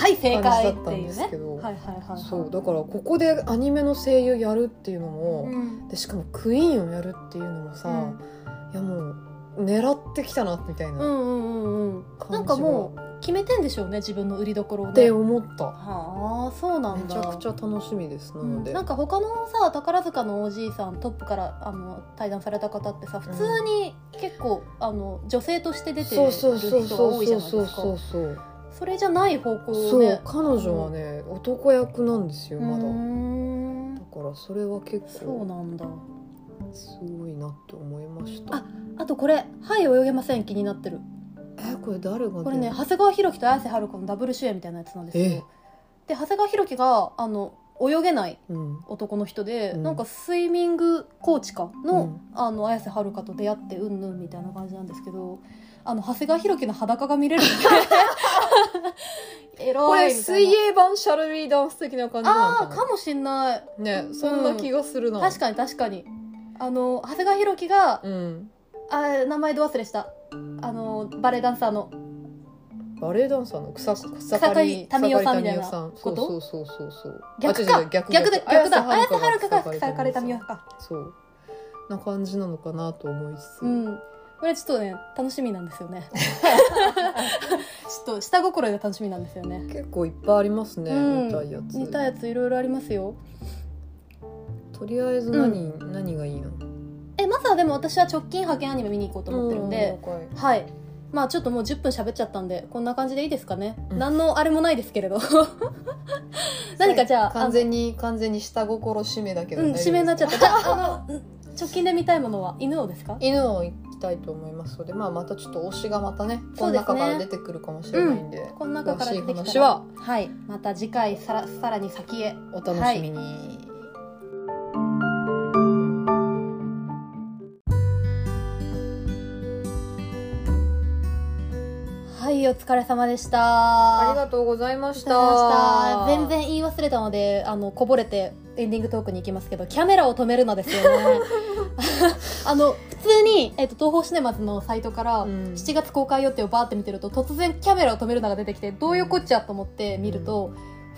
S2: はい正
S1: 感じ
S2: 解
S1: だ
S2: っ
S1: った
S2: て
S1: ん
S2: い
S1: で
S2: う
S1: す
S2: ね
S1: けど、
S2: はいはいはいはい
S1: そうだからここでアニメの声優やるっていうの
S2: う
S1: も、
S2: ん
S1: でしかもクイーンをやるっていうのもさ、
S2: うん
S1: いやもう狙ってきたなみたいうなん
S2: うんうんうん
S1: 感じが、
S2: なんかもう決めてんでしょうね自分の売りどころをね
S1: って思った
S2: はあそうなん
S1: めち
S2: だ
S1: ゃくちゃ楽しみですな
S2: う
S1: の
S2: ん
S1: で、
S2: なんか他のさ宝塚の OG さんトップからあの対談された方ってさ普通に結構、あの女性として出て
S1: そ
S2: る
S1: うそうそう
S2: 人が
S1: そ
S2: 多
S1: う
S2: いじ
S1: そ
S2: ゃ
S1: うそ
S2: ない
S1: う
S2: ですか
S1: そうそう
S2: それじゃない方向
S1: そ
S2: を
S1: う、
S2: ね
S1: 彼女はね男役なんですよ
S2: う
S1: まだ、
S2: ー
S1: だ
S2: ん
S1: からそれは結
S2: そう
S1: 構
S2: なんだ
S1: すごいなって思いました
S2: ああとこれ「はい泳げません」気になってる
S1: えこれ誰が出る
S2: これね長谷川博己と綾瀬はるかのダブル主演みたいなやつなんです
S1: え
S2: よで長谷川博己があの泳げない
S1: うん
S2: 男の人で、
S1: うん
S2: なんかスイミングコーチかの,、
S1: うん
S2: あの綾瀬はるかと出会ってうんぬんみたいな感じなんですけどあの長谷川博己の裸が見れる
S1: これ
S2: ってエロいみた
S1: 水
S2: いな
S1: 泳版シャルウィーダンス的な感じな
S2: あ
S1: の
S2: あ
S1: か
S2: かもしんない
S1: なねそんな気がするな、
S2: 確かに確かにあの長谷川博己が、
S1: うん
S2: あー名前ど忘れしたあのバレエダンサーの
S1: バレエダンサーの草刈草
S2: 刈民生さんみたい
S1: 草刈民生
S2: な
S1: さん
S2: こと
S1: そうそうそうそうそう
S2: 逆
S1: あ違う違
S2: か
S1: う逆
S2: 逆だ逆だ綾瀬はるかが
S1: 草刈
S2: 草刈り
S1: 民生
S2: たみよか
S1: そうな感じなのかなと思いつつ、
S2: うんこれちょっとね楽しみなんですよ ねちょっと下心が楽しみなんですよね
S1: 結構いっぱいありますね、
S2: うん
S1: 見たいやつ
S2: 似たやついろいろありますよ
S1: とりあえず何、何がいいの
S2: えまずはでも私は直近派遣アニメ見に行こうと思ってるんで、はいまあちょっともう10分喋っちゃったんでこんな感じでいいですかね、
S1: うん
S2: 何のあれもないですけれ ど何かじゃあ
S1: 完全に完全に下心締めだけ
S2: あ
S1: ど
S2: のうん締めになっちゃったたじゃ ああのうん直近で見たいものは犬をですか
S1: 犬を行きたいと思いますので、まあ、またちょっと推しがまたねこ
S2: そう
S1: の
S2: です
S1: 中
S2: ね
S1: から出てくるかもしれないんで、
S2: この中から出て
S1: 詳
S2: き
S1: しい話
S2: たら
S1: は
S2: はいまた次回さらさらに先へ
S1: お楽しみに、
S2: いお疲れ様でした
S1: あ
S2: あ
S1: りがとうございました
S2: した全然言い忘れたのであのこぼれてエンディングトークに行きますけどキャメラを止めるなです よねあの普通に、えっと東宝シネマズのサイトから、
S1: うん
S2: 7月公開予定をバーって見てると突然キャメラを止めるなが出てきてどういうこっちゃと思って見ると、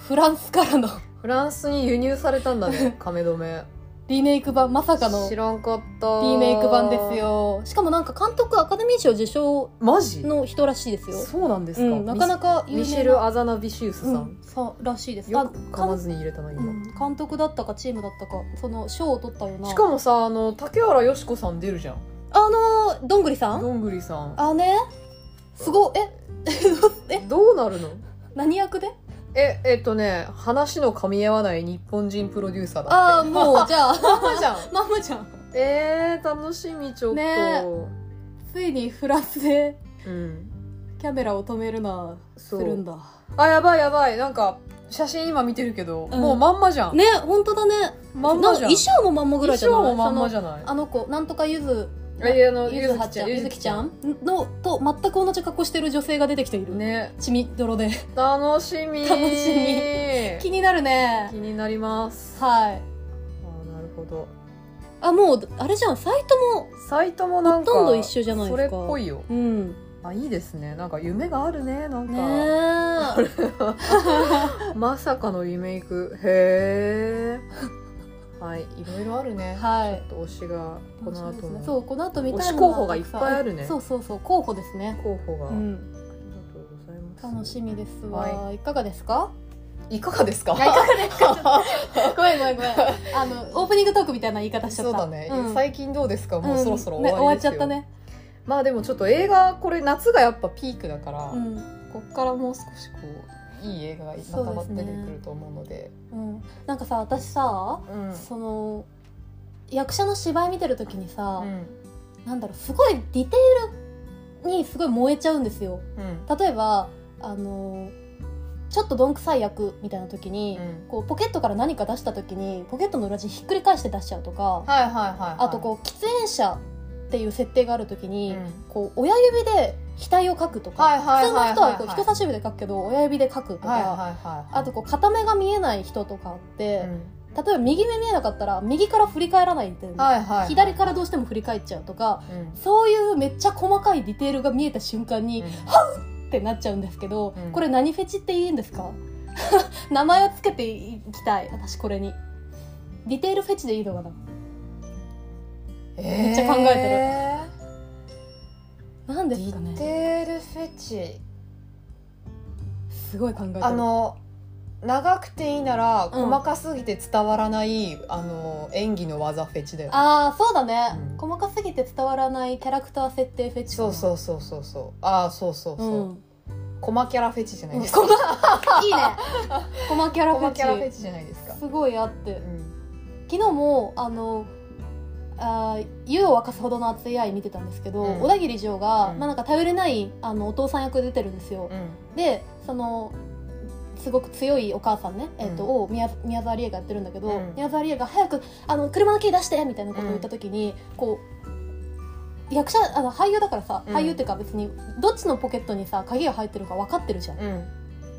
S2: フランスからの
S1: フランスに輸入されたんだね亀止め
S2: リメイク版まさかの
S1: 知
S2: リ
S1: らんかった
S2: メイク版ですよしかもなんか監督アカデミー賞受賞
S1: マジ
S2: の人らしいですよ、
S1: そうなんです
S2: う
S1: か、
S2: ん、なかなか
S1: ミ
S2: 有
S1: ミシェ
S2: 名
S1: ル・
S2: な
S1: アザナビシウスさ、
S2: うんん、そうらしいです
S1: よ
S2: あ
S1: く噛まずに入れたな今、
S2: うん監督だったかチームだったかその賞を取ったような
S1: しかもさあの竹原よし子さん出るじゃん
S2: あのどんぐりさん
S1: どんぐりさん
S2: あねすごええ
S1: どうなるの
S2: 何役で
S1: ええっとね話の噛み合わない日本人プロデューサーだ
S2: ああもうじゃあ
S1: ママじゃん
S2: ママじゃん
S1: えー、楽しみちょっと、
S2: ねついにフランスで
S1: うん
S2: キャメラを止めるなす
S1: そう
S2: るんだ
S1: あやばいやばいなんか写真今見てるけど、
S2: うん
S1: もうまんまじゃん、
S2: ね本当だね
S1: まんまじゃん
S2: なんか衣装もまんまぐらいじゃない
S1: 衣装もまんまじゃない
S2: そのあの子なんとかゆず
S1: えあの
S2: ゆずはちゃんゆずきちゃ
S1: ん
S2: んのと全く同じ格好してる女性が出てきている、
S1: ね
S2: 血みどろで
S1: 楽しみ
S2: 楽しみ 気になるね
S1: 気になります
S2: は
S1: あー
S2: い
S1: なるほど
S2: あもうあれじゃんサイトも
S1: サイトもなんか
S2: ほとんど一緒じゃないです
S1: そ
S2: か
S1: れっぽいよ
S2: うん
S1: あいいですねなんか夢があるねなんか、
S2: ねえ
S1: まさかのリメイクへえ はいいろいろあるね
S2: はい
S1: ちょっと推しがこの後も、
S2: そうこの後見たい
S1: 推し
S2: もの
S1: 候補がいっぱいあるね
S2: そうそうそう候補ですね
S1: 候補が、
S2: う
S1: あり
S2: ん
S1: がとうございます
S2: 楽しみですわ、、
S1: はい
S2: かがですか
S1: いかがですか
S2: いやいかがですか ごめんごめんごめんあのオープニングトークみたいな言い方しちゃった
S1: そうだね、
S2: ん
S1: 最近どうですかもうそろそろ終
S2: うん
S1: わりです
S2: ね、終
S1: よ、
S2: わっちゃったね
S1: まあでもちょっと映画これ夏がやっぱピークだから、
S2: うん
S1: こっからもう少しこういい映画がまたまた出てくると思うので
S2: うん、なんかさ私さ、
S1: うん
S2: その役者の芝居見てる時にさ
S1: う、ん
S2: なんだろうすごいディテールにすごい燃えちゃうんですよ
S1: うん
S2: 例えばあのちょっとどんくさい役みたいな時に、
S1: うん
S2: こうポケットから何か出した時にポケットの裏地ひっくり返して出しちゃうとか
S1: はいはいはい、はい、
S2: あとこう喫煙者っていう設定がある時
S1: う
S2: に、
S1: ん
S2: こう親指で額を描くとか、
S1: はいはいはいはいはい
S2: 普通の人はこう人差し指で描くけど親指で描くとか、
S1: はいはいはい
S2: あとこう片目が見えない人とかあっ
S1: う
S2: て、
S1: ん
S2: 例えば右目見えなかったら右から振り返らないんだよね、
S1: はいはいはい
S2: 左からどうしても振り返っちゃうとか
S1: うん
S2: そういうめっちゃ細かいディテールが見えた瞬間に、
S1: う
S2: ってなっちゃうんですけど、
S1: うん
S2: これ何フェチって言うんですか 名前をつけていきたい私これにディテールフェチでいいのか
S1: ん
S2: めっちゃ考えてる
S1: え
S2: ななん
S1: ー
S2: ですか
S1: ディ
S2: ね
S1: テールフェチ
S2: すごい考えてる
S1: あの長くていいなら
S2: うん
S1: 細かすぎて伝わらない、あの演技の技フェチだよね
S2: あーそうだね、
S1: うん
S2: 細かすぎて伝わらないキャラクター設定フェチ
S1: そう
S2: う
S1: そうそうそうそうああそうそうそう、
S2: うん、
S1: コマキャラフェチじゃないですか、
S2: うんい いねコマキャラ
S1: コ
S2: フェ
S1: マ
S2: チ
S1: キャラフェチじゃないですか、
S2: すごいあって
S1: うん
S2: 昨日もあのあー湯を沸かすほどの熱い愛見てたんですけど、
S1: うん
S2: 小田切城が、
S1: うん
S2: まあ、なんか頼れないあのお父さん役で出てるんですよ、
S1: うん
S2: でそのすごく強いお母さんね、えーと
S1: うん
S2: を宮宮沢りえがやってるんだけど、
S1: うん
S2: 宮沢りえが早くあの車のキー出してみたいなことを言った時に、こう役者あの俳優だからさ、
S1: うん
S2: 俳優っていうか別にどっちのポケットにさ鍵が入ってるか分かってるじゃん、
S1: うん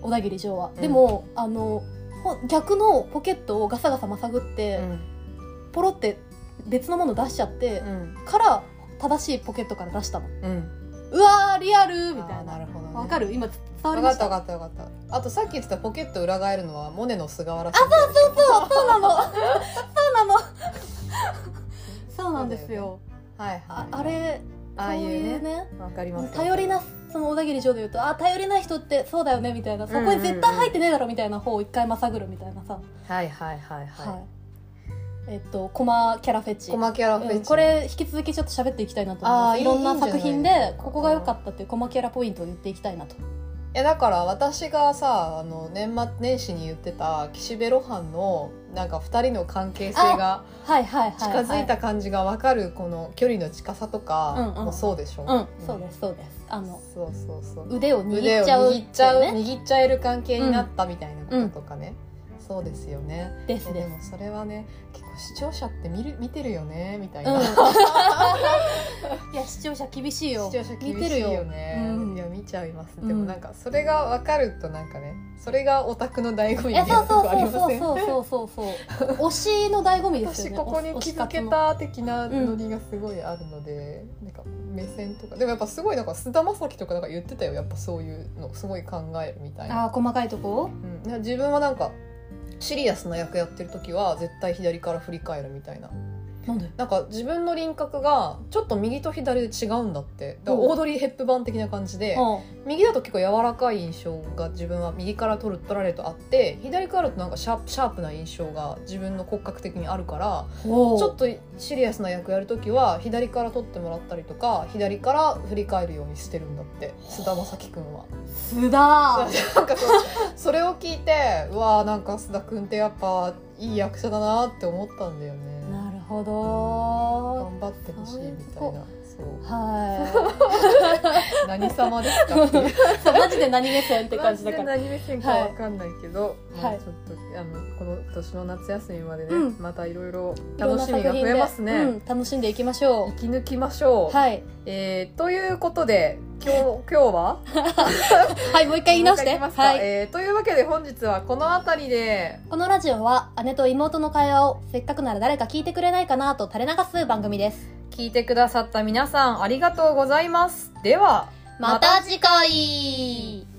S2: 小田切城は。
S1: うん
S2: でもあのほ逆のポケットをガサガサまさぐって、ポロって別のもの出しちゃって、
S1: うん
S2: から正しいポケットから出したの。
S1: うん
S2: うわーリアルみた
S1: あー
S2: いな。
S1: なるほど、ね、
S2: わかる今伝わ
S1: 分
S2: りま
S1: かっ
S2: したた
S1: 分かった分かったあとさっき言ってたポケット裏返るのはモネの菅原あ
S2: そうそうなのそうなのそうなんですよ
S1: はいはい
S2: ああれ
S1: ああ
S2: そう
S1: い
S2: いう
S1: うね
S2: ね
S1: わかります
S2: 頼りなその小田切城で言うとあ頼りない人ってそうだよねみたいなそこに絶対入ってねえだろみたいな方を一回まさぐるみたいなさ、
S1: はいはいはいはい、
S2: はいえっとコマキャラフェチ
S1: コマキャラフェチ、
S2: うんこれ引き続きちょっと喋っていきたいなと思い
S1: あ
S2: ま
S1: ー
S2: す
S1: いい
S2: いろんな作品
S1: いいんじゃない
S2: でここが良かったっていうコマキャラポイントを言っていきたいなと
S1: いやだから私がさあの年末年始に言ってた岸辺露伴のなんか2人の関係性が
S2: はいはいはい、
S1: 近
S2: は
S1: づいた感じが分かるこの距離の近さとか
S2: うんうん
S1: もそうでしょ、
S2: うんそうですそうですあの
S1: そうそうそう
S2: 腕を
S1: 腕を
S2: 握っちゃう
S1: 握っちゃう
S2: っていうね
S1: 握っちゃえる関係になったみたいなこととかね、そうですよね
S2: です
S1: で
S2: です
S1: もそれは ね結構視聴者って見る見てるよねみたい
S2: うん
S1: な、
S2: いや視聴聴者厳しいよ
S1: 視聴者厳
S2: 見
S1: し
S2: てる
S1: いよ
S2: よ
S1: ね
S2: うん
S1: いや見ちゃいます、
S2: うん
S1: でもなんかそれが分かるとなんかねそれがオタクの醍醐味み
S2: い
S1: た
S2: や
S1: いな
S2: そう
S1: とこ
S2: そう
S1: あり
S2: そ
S1: ま
S2: う
S1: せん
S2: そうそうそうそう推しの醍醐味です
S1: 私
S2: よ ね
S1: ここに
S2: 推
S1: 気
S2: し活
S1: づけ
S2: の
S1: た的な
S2: うん
S1: ノリがすごいあるので、なんか目線とかでもやっぱすごいなんか菅田将暉とかなんか言ってたよやっぱそういうのすごい考えるみたいな、
S2: あー細かいとこ
S1: うん、なんか自分はなんかシリアスな役やってる時は絶対左から振り返るみたいな
S2: なんで
S1: なんか自分の輪郭がちょっと右と左で違うんだってだから
S2: うん
S1: オードリー・ヘップバーン的な感じで、右だと結構柔らかい印象が自分は右から取る取られるとあって左からだとなんかシャープシャープな印象が自分の骨格的にあるから
S2: お
S1: ちょっとシリアスな役やるときは左から取ってもらったりとか左から振り返るようにしてるんだって菅田将暉く んは。
S2: すだ
S1: なんかそうそれを聞いてうわーなんか菅田くんってやっぱいい役者だなって思ったんだよね。
S2: なるほど
S1: 頑張ってほしいみた
S2: そうい
S1: いうな。そう
S2: は
S1: 何様ですかっていう
S2: い そうマジで何目線って感じだから
S1: マジで何目線かわかんないけど、
S2: はい
S1: ま
S2: は
S1: あ
S2: い
S1: ちょっとあのこの年の夏休みまでね、
S2: うん
S1: またいろいろ楽しみが増えますね。
S2: いろんな作品でうん、楽しんでいきましょ
S1: 息抜きましょ
S2: う
S1: う。
S2: はい
S1: えーということで今日今日は
S2: はいもう一回言い直し
S1: もう一回言
S2: て
S1: いますか
S2: はい
S1: えーというわけで本日はこの辺りで
S2: このラジオは姉と妹の会話をせっかくなら誰か聞いてくれないかなと垂れ流す番組です
S1: 聞いてくださった皆さんありがとうございます。では
S2: また次回